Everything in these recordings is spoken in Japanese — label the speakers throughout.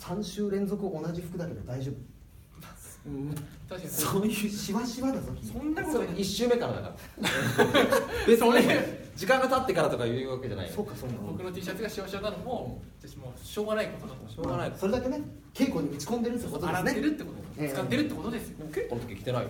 Speaker 1: 3週連続同じ服だけど大丈夫
Speaker 2: 確かにそ
Speaker 1: そういうしわしわだぞ君
Speaker 2: そんなことない
Speaker 3: 1周目から だから別に時間が経ってからとかいうわけじゃない
Speaker 1: そうかそうか
Speaker 2: 僕の T シャツがシワシワなのも私もうしょうがないことだと思う
Speaker 3: しょうがない
Speaker 1: まあそれだけね稽古に打ち込んでるってことで
Speaker 2: 洗
Speaker 1: す
Speaker 2: っ
Speaker 1: ね
Speaker 2: てるってこ
Speaker 1: ええ
Speaker 2: と使ってるってことですよ
Speaker 3: この時来てないよ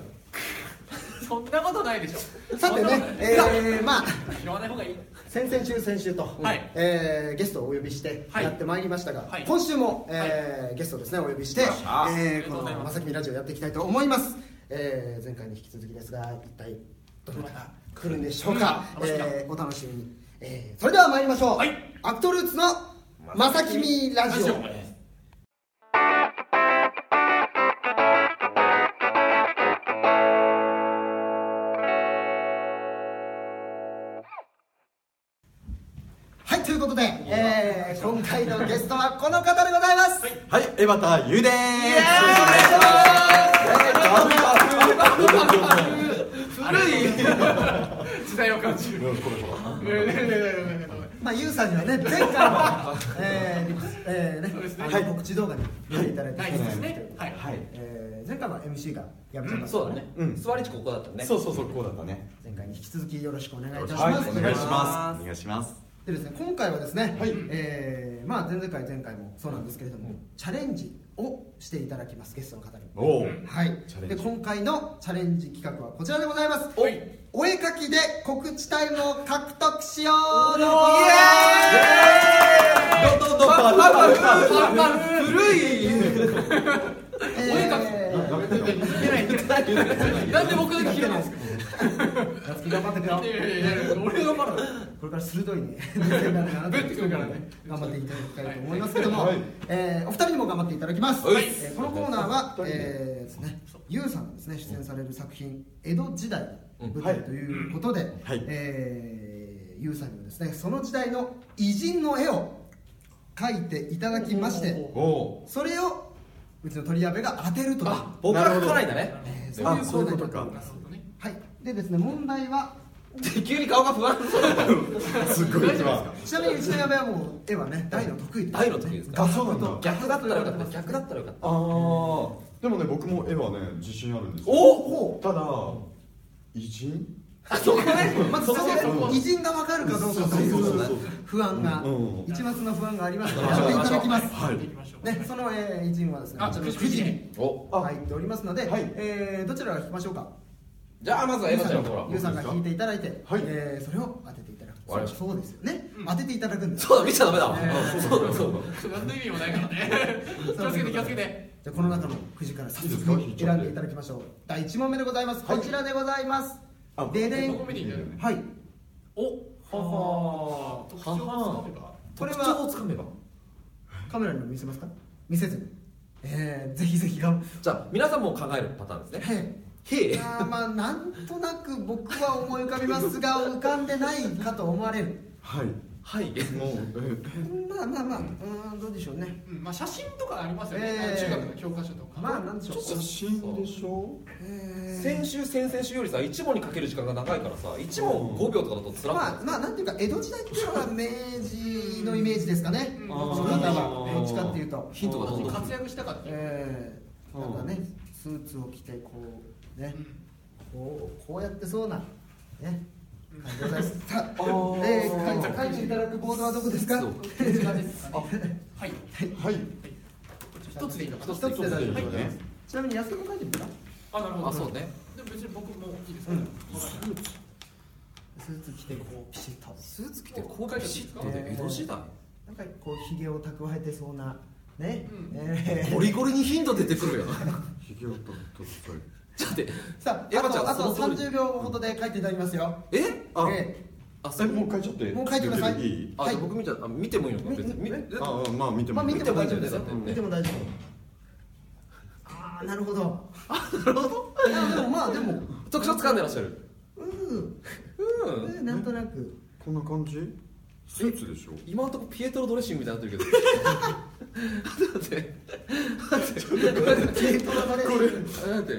Speaker 2: そんなことないでしょ
Speaker 1: さてね
Speaker 2: そんなこと、ない
Speaker 1: えー、まあ
Speaker 2: 拾わない方がいい
Speaker 1: 先々週先週と、
Speaker 2: はい
Speaker 1: えーゲストをお呼びして
Speaker 2: はい
Speaker 1: やってまいりましたが、
Speaker 2: はい
Speaker 1: 今週も、えーゲストをですねお呼びして、
Speaker 3: よっしゃ
Speaker 1: え
Speaker 2: あり
Speaker 1: ーこ
Speaker 2: が
Speaker 1: と
Speaker 2: う
Speaker 1: の
Speaker 2: ございます
Speaker 1: まさきみラジオやっていきたいと思います、えー前回に引き続きですが一体どなたが来るんでしょうか、
Speaker 2: うん楽しみだ
Speaker 1: えーお楽しみに、えーそれでは参りましょう、
Speaker 2: はい
Speaker 1: アクトルーツのまさきみラジオはいということで、えー今回のゲストはこの方でございます、
Speaker 4: はい、エバタユウでーす。
Speaker 2: 古い時代を感じるねえねえねえねえね
Speaker 1: まあ、ゆうさんにはね、前回 の、えーリプえーね
Speaker 2: そうですね
Speaker 1: あの告知動画に出ていただいて、
Speaker 2: はい
Speaker 1: そうなん
Speaker 2: ナイ
Speaker 1: で
Speaker 2: ス
Speaker 1: す
Speaker 2: ですねはい
Speaker 4: はい。
Speaker 1: えー前回は MC がやめちゃった
Speaker 3: そうだね、
Speaker 4: うん
Speaker 3: 座り地ここだったね
Speaker 4: そうそうそう、こうだったね。
Speaker 1: 前回に引き続きよろしくお願いいたします。
Speaker 4: はい、お願いし
Speaker 3: ま
Speaker 4: ます。お願いします。
Speaker 1: でですね、今回はですね、えーまあ、前々回、前回もそうなんですけれども、チャレンジをしていただきます、ゲストの方に。
Speaker 4: おお。
Speaker 1: はい
Speaker 4: チャ、レン
Speaker 1: で
Speaker 4: ジ
Speaker 1: 今回のチャレンジ企画はこちらでございます。
Speaker 2: はい
Speaker 1: お絵描きで告知タイムを獲得しようのコー
Speaker 4: どどどパパ
Speaker 2: えパンパン古い
Speaker 1: ナー
Speaker 2: お絵描き言ってない言ってないなんで僕だけ拾うんですか
Speaker 1: 夏希頑張ってくよ
Speaker 2: い。やいやいや俺がまだ
Speaker 1: これから鋭いね、 目線になるかなと
Speaker 2: ぶってくるからね
Speaker 1: 頑張っていただきたいと思いますけども
Speaker 4: はい、
Speaker 1: えーお二人にも頑張っていただきます。
Speaker 4: はい
Speaker 1: えーこのコーナーは、えーですね、ゆうさんがですね、出演される作品、江戸時代の舞台ということで、
Speaker 4: はい
Speaker 1: えーゆうさんにはですね、その時代の偉人の絵を描いていただきまして、
Speaker 4: おお。
Speaker 1: それをうちの鳥矢部が当てるという。は
Speaker 3: 僕から書かないんだね
Speaker 1: えー
Speaker 4: あ、そういうことか。
Speaker 2: なるほどね
Speaker 1: い。でですね、問題は、
Speaker 3: 急に顔が不安そうだった
Speaker 4: すごいわ。
Speaker 1: ちなみにうちの矢部はもう絵はね、大の得意
Speaker 3: 大の得意ですか
Speaker 1: 画像と
Speaker 3: 逆だったらよかった逆だったらよかった
Speaker 4: ああ。でもね、僕も絵はね、自信あるんですよ。
Speaker 3: おお
Speaker 4: ただ、偉人
Speaker 3: あそこね
Speaker 1: まずそこで偉人が分かるかどうかとい
Speaker 4: そうそうそううそう
Speaker 1: 不安が
Speaker 4: うんうん
Speaker 1: 一抹の不安がありますからやっていただきます
Speaker 4: はい
Speaker 2: 行きましょう
Speaker 1: ね、そのえー偉人はですね
Speaker 2: あ
Speaker 1: こちらの
Speaker 2: くじ
Speaker 1: くじに
Speaker 2: ね
Speaker 3: お
Speaker 4: あ
Speaker 1: 入っておりますので
Speaker 4: はい
Speaker 1: えーどちらが引きましょうか
Speaker 3: じゃあまずはエマちゃんのところ
Speaker 1: ゆうさんが引いていただいて
Speaker 4: はい
Speaker 1: えーそれを当てていただく
Speaker 3: わかりました
Speaker 1: そうですよね当てていただくんです
Speaker 3: そうだ見ちゃダメだわ
Speaker 1: ね
Speaker 3: うんそうだそうだ
Speaker 2: 何の意味もないからね 気をつけて気をつけて
Speaker 1: じゃあこの中のくじから早速
Speaker 4: いいですか
Speaker 1: 選んでいただきましょう第1問目でございますこちらでございます
Speaker 4: あ
Speaker 1: でで
Speaker 2: ど
Speaker 1: ん
Speaker 2: こ見ていいんだよね
Speaker 1: はい
Speaker 2: お
Speaker 3: はは
Speaker 2: 特徴をつかめば
Speaker 1: これ
Speaker 3: 特徴
Speaker 1: は
Speaker 3: をつかめば
Speaker 1: カメラにも見せますか見せずにえーぜひぜひ頑張
Speaker 3: じゃあ皆さんも考えるパターンです
Speaker 1: は
Speaker 3: ね
Speaker 1: い
Speaker 3: へえ
Speaker 1: あーまあなんとなく僕は思い浮かびます が浮かんでないかと思われる
Speaker 4: はい。
Speaker 3: はい
Speaker 4: もう、
Speaker 1: まあまあまあうーんどうでしょうね
Speaker 2: うんまあ写真とかありますよね
Speaker 1: ええ
Speaker 2: 中学の教科書とか
Speaker 1: まあなんでしょう
Speaker 3: ちょっ
Speaker 4: 写真でしょ
Speaker 1: えー
Speaker 3: 先週先々週よりさ1問にかける時間が長いからさ1問5秒とかだとつらくない
Speaker 1: まあまあなんていうか江戸時代っていうのは明治のイメージですかね
Speaker 2: う
Speaker 1: そ
Speaker 2: ん
Speaker 1: の方はどっちかっていうと
Speaker 3: ヒントがどんどん
Speaker 2: 活躍したかったよ
Speaker 1: えーなんかねスーツを着てこうねこうこうやってそうなね感じでございますさあ、えー、書いていただくボードはどこですか
Speaker 3: そう
Speaker 2: こちらですかねはい
Speaker 4: はい。
Speaker 2: 一つでいいのか
Speaker 1: 一つで大丈夫でございま
Speaker 4: は
Speaker 1: す
Speaker 4: い
Speaker 1: ちなみに安田も書いてみた
Speaker 2: あなるほど
Speaker 3: あそうね
Speaker 2: でも別に僕もいいですか
Speaker 1: スーツ着てこうピシッと
Speaker 3: スーツ着てこうかけシッと
Speaker 1: え
Speaker 3: で
Speaker 1: ー
Speaker 3: 江戸時代
Speaker 1: なんかこうひげを蓄えてそうなね、
Speaker 2: うん
Speaker 1: え
Speaker 3: ゴリゴリにヒント出てくるよ
Speaker 4: ひげをとっとっ
Speaker 3: ちょっと待って
Speaker 1: ーさあ
Speaker 3: や
Speaker 1: あ
Speaker 3: っぱじゃ
Speaker 1: と
Speaker 3: あ
Speaker 1: あと
Speaker 3: その通り
Speaker 1: 30秒ほどで書いていただきますよ、
Speaker 3: え
Speaker 4: あ
Speaker 1: え
Speaker 3: あそ
Speaker 4: え、
Speaker 3: う
Speaker 4: もう書いちゃって。
Speaker 1: もう書いてください
Speaker 4: いい
Speaker 3: あ
Speaker 1: はい
Speaker 3: じゃあ僕見ちゃあ見てもいいのか
Speaker 1: み
Speaker 3: 別にみ
Speaker 1: み
Speaker 3: え
Speaker 4: ああ、まあ見て
Speaker 1: ー
Speaker 4: も
Speaker 1: まあ、見ても大丈夫ですよ、
Speaker 3: うん
Speaker 1: 見ても大丈夫ああなるほど あなるほどでもまあでも
Speaker 3: 特徴つかんでらっしゃる
Speaker 1: うん、
Speaker 3: う
Speaker 1: う
Speaker 3: ん
Speaker 1: ん、なんとなく
Speaker 4: こんな感じスーツでしょ
Speaker 3: 今のところピエトロドレッシングみたいになってるけど待って
Speaker 1: 系統がバレる
Speaker 3: あ待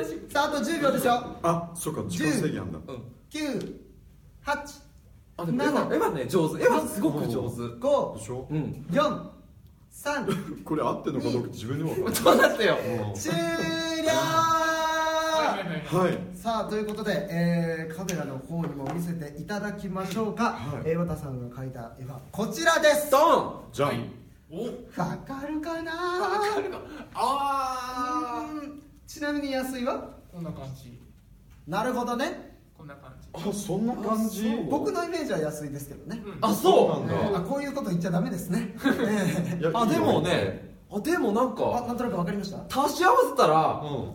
Speaker 3: って
Speaker 1: さああと10秒ですよ
Speaker 4: あ、そうか、時間制限あんだ
Speaker 3: うん
Speaker 1: 9 8
Speaker 3: あでもエヴァエヴァね上手エヴァすごく上手
Speaker 1: 5
Speaker 4: でしょ
Speaker 3: うん
Speaker 1: 4三
Speaker 4: これ合ってんのかどうか自分でも分か
Speaker 2: どうなったよ
Speaker 4: んない
Speaker 1: 終了
Speaker 2: はいはいはい
Speaker 4: はい
Speaker 1: さあということで、えーカメラの方にも見せていただきましょうか、
Speaker 4: はい
Speaker 1: えー綿さんが描いた絵はこちらです
Speaker 3: ドン
Speaker 4: じゃん、
Speaker 2: お
Speaker 1: わかるかな
Speaker 2: わかるかあ
Speaker 1: うんちなみに安いは
Speaker 2: ーこんな感じ
Speaker 1: なるほどね
Speaker 2: こんな感じ
Speaker 4: あそんな感じ
Speaker 1: 僕のイメージは安いですけどね、
Speaker 2: うん
Speaker 3: あそう
Speaker 4: そうなん
Speaker 1: あ
Speaker 4: だ
Speaker 1: こういうこと言っちゃダメですね
Speaker 4: いや
Speaker 3: あ
Speaker 4: いい
Speaker 3: で
Speaker 4: よ
Speaker 3: もねあでもなん
Speaker 1: あ
Speaker 3: か
Speaker 1: なんとなくわかりました
Speaker 3: 足し合わせたら、
Speaker 4: う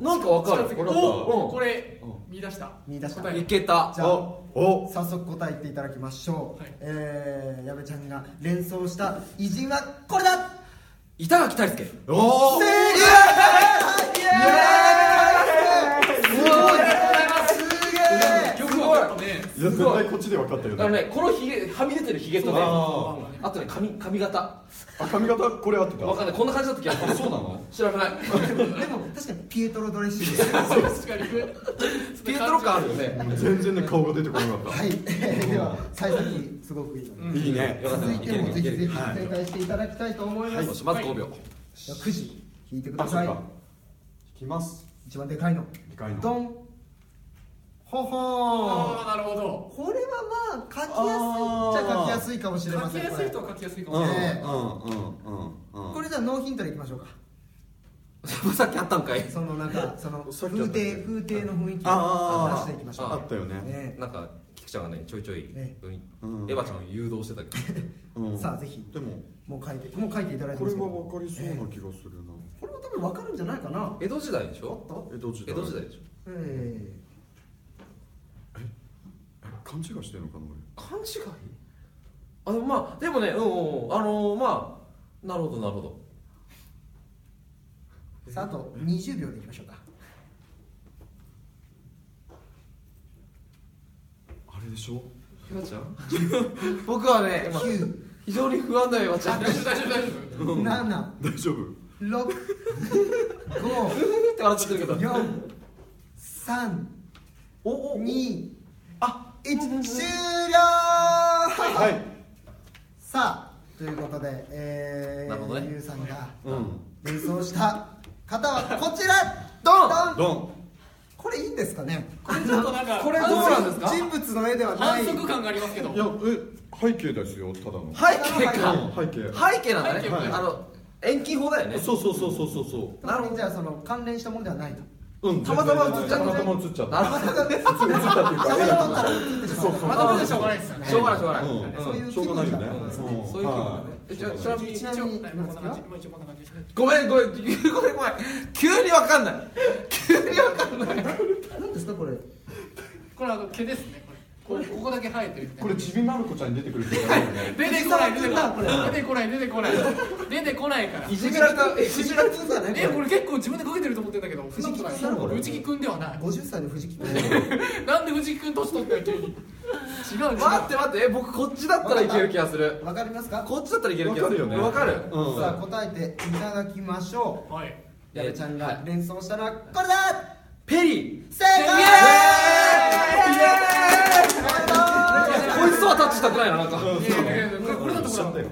Speaker 3: なんかわかる
Speaker 2: 近づけた
Speaker 3: お、うん、
Speaker 2: これ
Speaker 4: う
Speaker 2: 見出した
Speaker 1: 見出した
Speaker 2: 答え
Speaker 3: いけた
Speaker 1: じゃ
Speaker 4: あ
Speaker 1: あ
Speaker 4: お
Speaker 1: 早速答えていただきましょう、
Speaker 2: はい
Speaker 1: えー、矢部ちゃんが連想した偉人はこれだ
Speaker 3: 板垣大輔
Speaker 4: おお
Speaker 1: 正解すごいすげえ
Speaker 2: よくわかったね
Speaker 4: いや絶対こっちで分かったよ
Speaker 3: だか
Speaker 4: ね
Speaker 3: らねこのひげはみ出てるひげとね
Speaker 4: あ
Speaker 3: あとね髪髪型
Speaker 4: あ髪型これ合ってた
Speaker 3: わかんないこんな感じだった気がする
Speaker 4: そうなの
Speaker 3: 知ら ない
Speaker 1: でも確かにピエトロドレッシングです
Speaker 2: 確かに
Speaker 3: ピエトロ感あるよね
Speaker 4: 全然ね顔が出てこなかった
Speaker 1: はい、では幸先すごくいいので、
Speaker 2: うん
Speaker 4: いいね
Speaker 3: よかった
Speaker 1: 続いてもぜひぜひ
Speaker 3: よ
Speaker 1: 正解していただきたいと思います、
Speaker 3: しまず5秒
Speaker 1: じゃあくじ引いてく
Speaker 4: あ
Speaker 1: だ
Speaker 4: そ
Speaker 1: さ
Speaker 4: っ
Speaker 1: い
Speaker 4: か引きます
Speaker 1: 一番でかいの
Speaker 4: でかい
Speaker 1: ド
Speaker 4: の
Speaker 1: ンほ
Speaker 2: あ
Speaker 1: ほー
Speaker 2: あなるほど
Speaker 1: これはまあ書きやすいじゃ書きやすいかもしれま
Speaker 2: 書
Speaker 1: せ
Speaker 2: き
Speaker 1: ん
Speaker 2: やすいと
Speaker 1: こ
Speaker 2: は書きやすいか
Speaker 4: うん
Speaker 2: も
Speaker 4: う
Speaker 1: れ
Speaker 2: しれない
Speaker 4: んうんうん
Speaker 1: これじゃあノーヒントでいきましょうか
Speaker 3: さっきあったんかい
Speaker 1: そのなんかその
Speaker 4: さ
Speaker 1: 風
Speaker 4: っきあったね
Speaker 1: 景風景の雰囲気を出
Speaker 4: あー
Speaker 1: していきましょう
Speaker 4: あったよね
Speaker 1: ね
Speaker 3: なんか菊ちゃんがねちょいちょい
Speaker 1: ね
Speaker 4: うん
Speaker 3: エヴァちゃんを誘導してた けど
Speaker 4: うん
Speaker 1: さあぜひ
Speaker 4: でも
Speaker 1: もう書いてもう書いていただいてま
Speaker 4: これ
Speaker 1: すけど
Speaker 4: は分かりそう
Speaker 1: え
Speaker 4: な気がするな
Speaker 1: えこれは多分分かるんじゃないかな
Speaker 3: 江戸時代でし
Speaker 1: お
Speaker 3: ょ
Speaker 1: っと
Speaker 4: 江戸時
Speaker 3: 江
Speaker 4: 代
Speaker 3: 戸時代でしょ
Speaker 1: ええ
Speaker 4: え勘違いしてるのかな
Speaker 3: 勘違いあでもまあでもねうんうんうんあのーまあなるほどなるほど
Speaker 1: さああと20秒でいきましょうか
Speaker 4: 俺あれでしょ
Speaker 3: エヴァちゃん僕はね今非常に不安だよエヴァちゃん
Speaker 2: 大丈夫大丈夫大丈
Speaker 1: 976
Speaker 2: 夫
Speaker 4: 大丈夫
Speaker 3: ふふふって笑っちゃってるけど
Speaker 1: 54321
Speaker 3: おおおあ
Speaker 1: 終了
Speaker 4: はい
Speaker 1: さあということで、え
Speaker 3: なるほど
Speaker 1: ー
Speaker 3: ね
Speaker 1: ゆうさんが
Speaker 4: うん
Speaker 1: 連想した方はこちら
Speaker 3: ドン
Speaker 1: ドン
Speaker 4: ドン
Speaker 1: これいいんですかね
Speaker 2: これちょっとなんか
Speaker 3: これどうなんですか
Speaker 1: 人物の絵ではない
Speaker 2: 反則感がありますけど
Speaker 4: いやえ背景ですよただの
Speaker 3: 背景
Speaker 1: は
Speaker 3: か
Speaker 4: うん背景
Speaker 3: 背景なんだ
Speaker 2: 背
Speaker 3: ね
Speaker 2: 景はい
Speaker 3: あの遠近法だよね
Speaker 4: そうそうそうそうそうそ
Speaker 1: なるほどじゃあその関連したものではないと
Speaker 4: ううん
Speaker 3: たまたま映っちゃった
Speaker 4: たまたま映っちゃっ
Speaker 3: なる
Speaker 4: た
Speaker 3: ほどね
Speaker 4: 映ったっていうか
Speaker 1: 写真撮ったら映ってしまうま
Speaker 2: まだ
Speaker 4: う
Speaker 1: た
Speaker 2: まだしょうがないですよね
Speaker 3: しょうがないしょうがない
Speaker 4: ん
Speaker 3: うん
Speaker 1: そういう
Speaker 4: しょうがないよね
Speaker 1: 気分だ
Speaker 4: ん
Speaker 3: そういう気分だね
Speaker 4: はい
Speaker 3: えじゃあちなみに
Speaker 2: 一応
Speaker 1: ちなみに
Speaker 2: まあこんな感じまあ一応こんな感じですね
Speaker 3: ごめんごめんごめんごめん急にわかんない急にわかんない
Speaker 1: 何ですかこれ
Speaker 2: これあの毛ですねこれこれここだけ生えてるみたいな
Speaker 4: これちびまる子ちゃんに出てくるって言われるよね
Speaker 2: 出てこない出てこない出てこない出てこない出てこないから
Speaker 3: いじめられたえいじめられたんだね
Speaker 2: えこれ結構自分でかけてると思ってんだけど藤
Speaker 1: 藤
Speaker 2: 木
Speaker 1: 木さんなのこ
Speaker 2: 君
Speaker 1: れ
Speaker 2: 藤木君ではない
Speaker 1: 50歳の藤木君
Speaker 2: なんで藤木君年取ったよ急に違う違う
Speaker 3: 待って待ってえ僕こっちだったらいける気がする
Speaker 1: わかりますか
Speaker 3: こっちだったらいける気がするわ
Speaker 4: わ
Speaker 3: か
Speaker 4: か
Speaker 3: る
Speaker 4: うん
Speaker 1: さあ答えていただきましょ
Speaker 2: はい。
Speaker 1: う矢部ちゃん
Speaker 3: は
Speaker 1: が
Speaker 3: い
Speaker 1: 連想したのはこれだ
Speaker 3: ペリ
Speaker 1: 正解
Speaker 2: イエ
Speaker 3: ーこいつとはタッチしたくないななんか
Speaker 2: いやいやいやこれこれだとほ
Speaker 4: しちゃ
Speaker 2: ら
Speaker 4: ったよ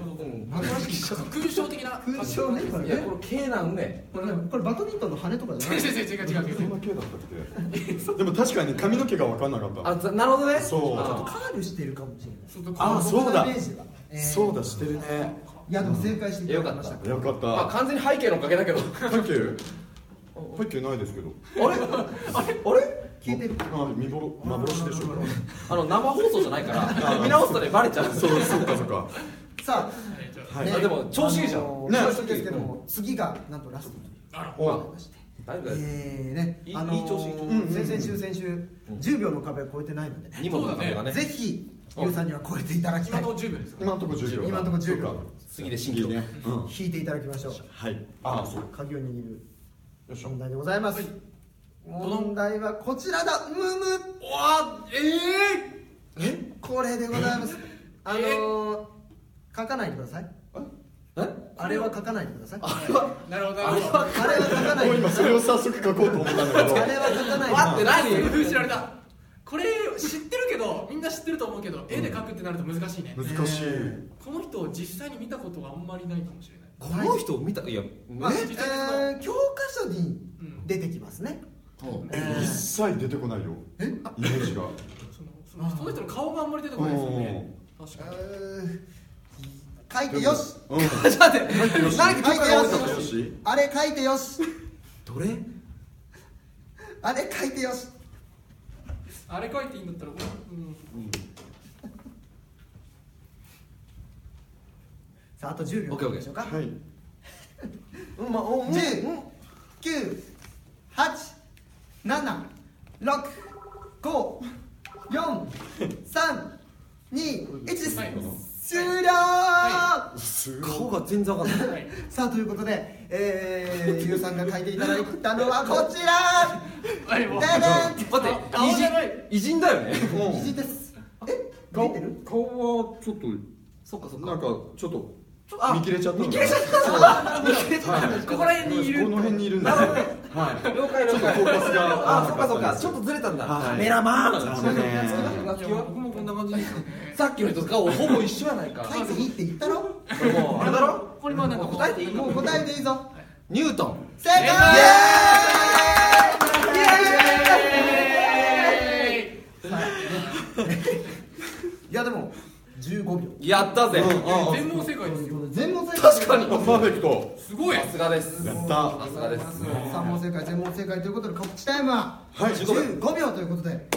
Speaker 2: 空想的な。
Speaker 1: 空想ねこれ
Speaker 3: いや
Speaker 1: ね
Speaker 3: これ K なんね
Speaker 1: これねこれバドミントンの羽とかじゃな
Speaker 2: 違う
Speaker 1: い
Speaker 2: 違う違う違う違う
Speaker 4: そんな系だったっけでも確かに髪の毛が分かんなかった
Speaker 3: あざなるほどね
Speaker 4: そう
Speaker 3: あ
Speaker 1: カールしてるかもしれない
Speaker 2: ちょっとこ
Speaker 4: あそうだ
Speaker 1: 僕のイメージはえー
Speaker 4: そうだしてるね
Speaker 1: いやでも正解していただきました
Speaker 4: よかっ
Speaker 3: まあ
Speaker 4: た
Speaker 3: 完全に背景のおかげだけど
Speaker 4: 背景背景ないですけど
Speaker 3: あれあれあれ
Speaker 1: 聞いてる
Speaker 4: あ見ぼろ幻でしょこれ
Speaker 3: あの生放送じゃないから見直すとねバレちゃう
Speaker 4: そうそっかそっか
Speaker 1: さあ、
Speaker 4: はい
Speaker 3: あでも調子いいじゃん
Speaker 1: あの
Speaker 4: ね
Speaker 1: 調子いいですけども次がなんとラスト
Speaker 2: あら
Speaker 1: と
Speaker 4: お
Speaker 1: なりまして
Speaker 3: 大丈夫だよ
Speaker 1: えーね
Speaker 3: いい
Speaker 1: あの
Speaker 3: いい調子いい調子
Speaker 1: うん先々週先週10秒の壁を超えてないのでね
Speaker 3: 荷物の壁がね
Speaker 1: ぜひゆうさんには超えていただきた
Speaker 2: 今
Speaker 1: い
Speaker 2: の十分ですか。
Speaker 4: 今のとこ10秒
Speaker 1: 今のとこ10秒
Speaker 4: そっか
Speaker 3: 次で新
Speaker 4: 次
Speaker 3: 規
Speaker 4: ねうん
Speaker 1: 引いていただきましょう
Speaker 4: はいあそう
Speaker 1: 鍵を握る
Speaker 4: よいしょ
Speaker 1: 問題でございます、問題はこちらだむむ
Speaker 2: おわえ
Speaker 1: えこれでございますあの
Speaker 2: え
Speaker 1: ー、書かないでください
Speaker 3: え
Speaker 1: あれは書かないでくださいあ
Speaker 2: え。なるほど。なるほど
Speaker 1: れは書かない
Speaker 4: もう
Speaker 1: でく
Speaker 4: 今
Speaker 1: だ
Speaker 4: そ
Speaker 1: さい
Speaker 4: れを早速書こうと思ったんだけど
Speaker 1: あれは書かないでください
Speaker 3: 待っ て何
Speaker 2: 封じられた。これ知ってるけど、みんな知ってると思うけど、絵で描くってなると難しいね。
Speaker 4: 難しい
Speaker 2: この人を実際に見たことはあんまりないかもしれない。
Speaker 3: この人を見たいやね
Speaker 2: まあ実際にその
Speaker 1: えー教科書に出てきますね、
Speaker 4: え一切出てこないよ
Speaker 1: え
Speaker 4: イメージが
Speaker 2: そのそのその人の顔があんまり出てこないですよね確か
Speaker 1: えー書いてよし
Speaker 4: うん
Speaker 2: に ちょっと待っ て
Speaker 1: 何か書いてよ
Speaker 4: 書いてよ
Speaker 1: し
Speaker 4: し
Speaker 1: あれ書いてよし
Speaker 3: どれ
Speaker 1: あれ書いてよし
Speaker 2: あれ書いていいんだったらうん
Speaker 1: さああと10秒
Speaker 3: オッケーオッケー
Speaker 1: でしょうか
Speaker 4: はい
Speaker 3: うんまあおうん
Speaker 1: 10
Speaker 3: うん
Speaker 1: 九八七六五四三二一です、
Speaker 2: はい
Speaker 1: 終了、
Speaker 2: は
Speaker 4: す
Speaker 3: 顔が全然わかんない
Speaker 2: はい
Speaker 1: さあということで、えー、ゆうさんが書いていただいたのはこちら
Speaker 2: はいもう
Speaker 1: ダダン
Speaker 3: 待っ
Speaker 2: 顔じゃない
Speaker 3: て偉人偉人だよね
Speaker 4: も
Speaker 1: 肘
Speaker 4: う
Speaker 1: ですえ出
Speaker 4: 顔
Speaker 1: てる
Speaker 4: 顔はちょっと
Speaker 3: そっかそっか
Speaker 4: なんかちょっと
Speaker 3: ちょっとあ
Speaker 4: 見切れちゃったの
Speaker 3: 見切れちゃった
Speaker 4: はい
Speaker 2: ここら辺にいる
Speaker 4: この辺にいるんだ
Speaker 3: なるほど
Speaker 4: ね
Speaker 3: ね
Speaker 4: はい
Speaker 3: 了解了解
Speaker 4: ちょっとフォーカスが
Speaker 3: あそっかそっかちょっとずれたんだ
Speaker 4: はい
Speaker 3: カメラマン
Speaker 4: そうね
Speaker 2: いや僕もこんな感じですよね
Speaker 3: さっきの人と顔ほぼ一緒やないか
Speaker 1: 書いていいって言ったろ
Speaker 3: これもうあれだろ
Speaker 2: これもなんか
Speaker 3: もう答えていい
Speaker 1: もう答えでいいぞ
Speaker 3: ニュートン
Speaker 1: 正解
Speaker 2: イエーイ
Speaker 1: いやでも15秒
Speaker 3: やったぜ
Speaker 4: うん
Speaker 2: 全問正解ですよ
Speaker 1: 全問正解
Speaker 3: 確かに
Speaker 4: パーフェクト
Speaker 2: すごい
Speaker 3: さすがです
Speaker 4: やっ
Speaker 3: さ
Speaker 4: た
Speaker 3: すがです
Speaker 1: 3問正解全問正解ということで告知タイムは
Speaker 4: はい
Speaker 1: 15秒ということで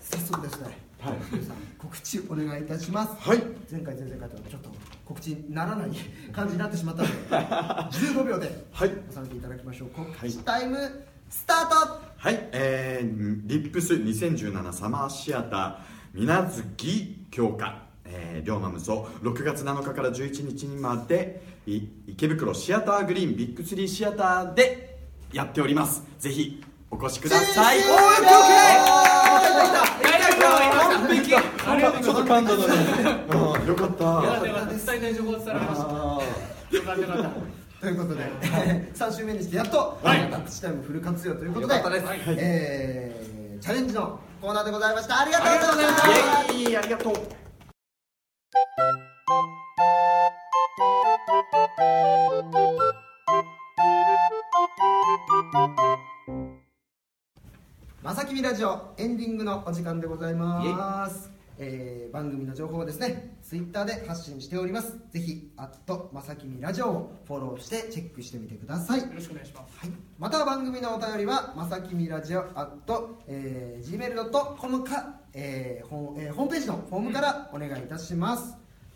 Speaker 1: 早速ですね
Speaker 4: はい
Speaker 1: 皆さん告知お願いいたします
Speaker 4: はい
Speaker 1: 前回前々回とはちょっと告知にならない感じになってしまったので15秒で
Speaker 4: はい
Speaker 1: 収めていただきましょう告
Speaker 4: い
Speaker 1: 知タイムスタート
Speaker 4: はい、えー、リップス2017サマーシアター水月強化、えー、龍馬無双6月7日から11日にまでい池袋シアターグリーンビッグスリーシアターでやっておりますぜひお越しください
Speaker 1: 終
Speaker 4: おー
Speaker 2: 完璧ありがとうございます
Speaker 4: 噛んだのにうんよかった
Speaker 2: いやでも伝えたい情報伝わりました
Speaker 4: あ
Speaker 2: よかったよかった
Speaker 1: ということで、3週目にしてやっと、
Speaker 2: はい
Speaker 1: 告知タイムフル活用ということ
Speaker 3: よ
Speaker 1: で
Speaker 3: かったです
Speaker 1: えーチャレンジのコーナーでございましたありがとうございま
Speaker 2: あ
Speaker 1: し
Speaker 2: りがとうございました
Speaker 4: ーイエーイありがとう
Speaker 1: まさきみラジオエンディングのお時間でございます、えー番組の情報はですねツイッターで発信しておりますぜひ「アットまさきみラジオ」をフォローしてチェックしてみてください
Speaker 2: よろしくお願いします
Speaker 1: はい、また番組のお便りはまさきみラジオ at、えー、gmail.com か、えーホーえーホームページのフォームからお願いいたします、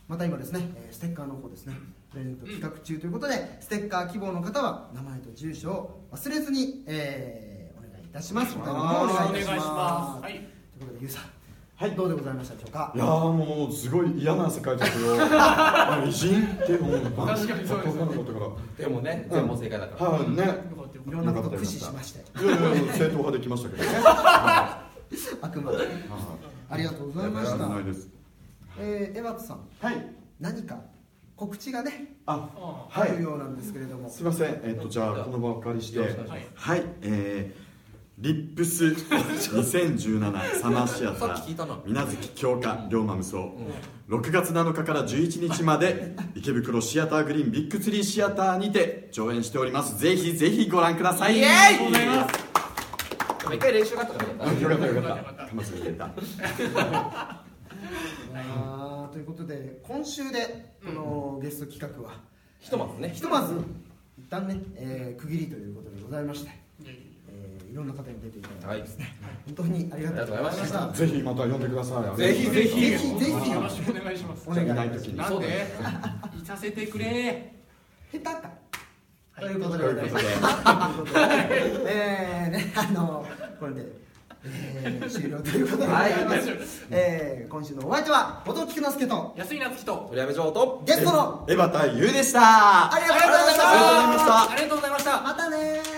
Speaker 1: また今ですね、えーステッカーの方ですねプレゼント企画中ということで、ステッカー希望の方は名前と住所を忘れずに、えーお願いいたしますお便りの方をお願いいたします
Speaker 2: はい
Speaker 1: ということでゆうさん、
Speaker 4: はい
Speaker 1: どうでございましたでしょうか
Speaker 4: いやーもうすごい嫌な世界で すよあの偉人ってもう
Speaker 2: 確かにそうですよね
Speaker 4: わかんなかったから
Speaker 3: でもね全問正解だから
Speaker 4: はいね。
Speaker 2: よかったよ
Speaker 1: いろんなことを駆使しまして
Speaker 4: いやいや正統派できました けどね。
Speaker 1: あくまでありがとうございました
Speaker 4: ないです。
Speaker 1: えー、エマトさん
Speaker 4: はい。
Speaker 1: 何か告知がね
Speaker 4: あ、
Speaker 2: あ
Speaker 1: あ
Speaker 4: は
Speaker 1: る
Speaker 4: い。
Speaker 1: ようなんですけれども、
Speaker 4: すいません。えっとじゃあこの場をお借りして、
Speaker 3: よ
Speaker 4: は
Speaker 3: ろしくお願
Speaker 2: いし
Speaker 4: い。えーリップス2017サマーシアタ
Speaker 3: さっき聞いたな
Speaker 4: ー水無月強化龍馬無双6月7日から11日まで池袋シアターグリーンビッグツリーシアターにて上演しておりますぜひぜひご覧ください
Speaker 3: イエーイ
Speaker 4: ありがとう
Speaker 2: りがとうございます
Speaker 4: ござ
Speaker 3: 一回練習があったからよかっ
Speaker 4: よかったよかったかまずに言えた
Speaker 1: あーということで今週でこのゲスト企画は、
Speaker 3: たひとまずね
Speaker 1: ひとまず一旦ね、えー区切りということでございまして、
Speaker 2: いやいやい
Speaker 1: えーいろんな方に出ていただいて、
Speaker 3: はい
Speaker 1: 本当にありがとうございました
Speaker 3: あ
Speaker 4: ぜひまた呼んでください
Speaker 3: ぜひぜひ
Speaker 1: ぜひぜひ
Speaker 2: やよろしくお願いします
Speaker 1: お願い
Speaker 4: い
Speaker 1: し
Speaker 4: ない
Speaker 1: ま
Speaker 4: 時
Speaker 1: す
Speaker 4: に
Speaker 2: な
Speaker 3: そ
Speaker 2: ん
Speaker 3: うだ
Speaker 2: で
Speaker 3: ね
Speaker 2: いさせてくれ
Speaker 1: 下手か
Speaker 2: はい
Speaker 1: ということ
Speaker 4: と
Speaker 1: でござ
Speaker 4: い
Speaker 1: いうま
Speaker 4: こと
Speaker 1: す
Speaker 4: で
Speaker 1: えーねあのこれで、えー終了ということでございます、えー今週のお相手は後藤菊之助と
Speaker 2: 安井夏樹と
Speaker 3: 鳥山城と
Speaker 1: ゲストの
Speaker 4: エヴァ対ユウでした
Speaker 1: ありがとうございました
Speaker 2: ありがとうございました
Speaker 1: またねー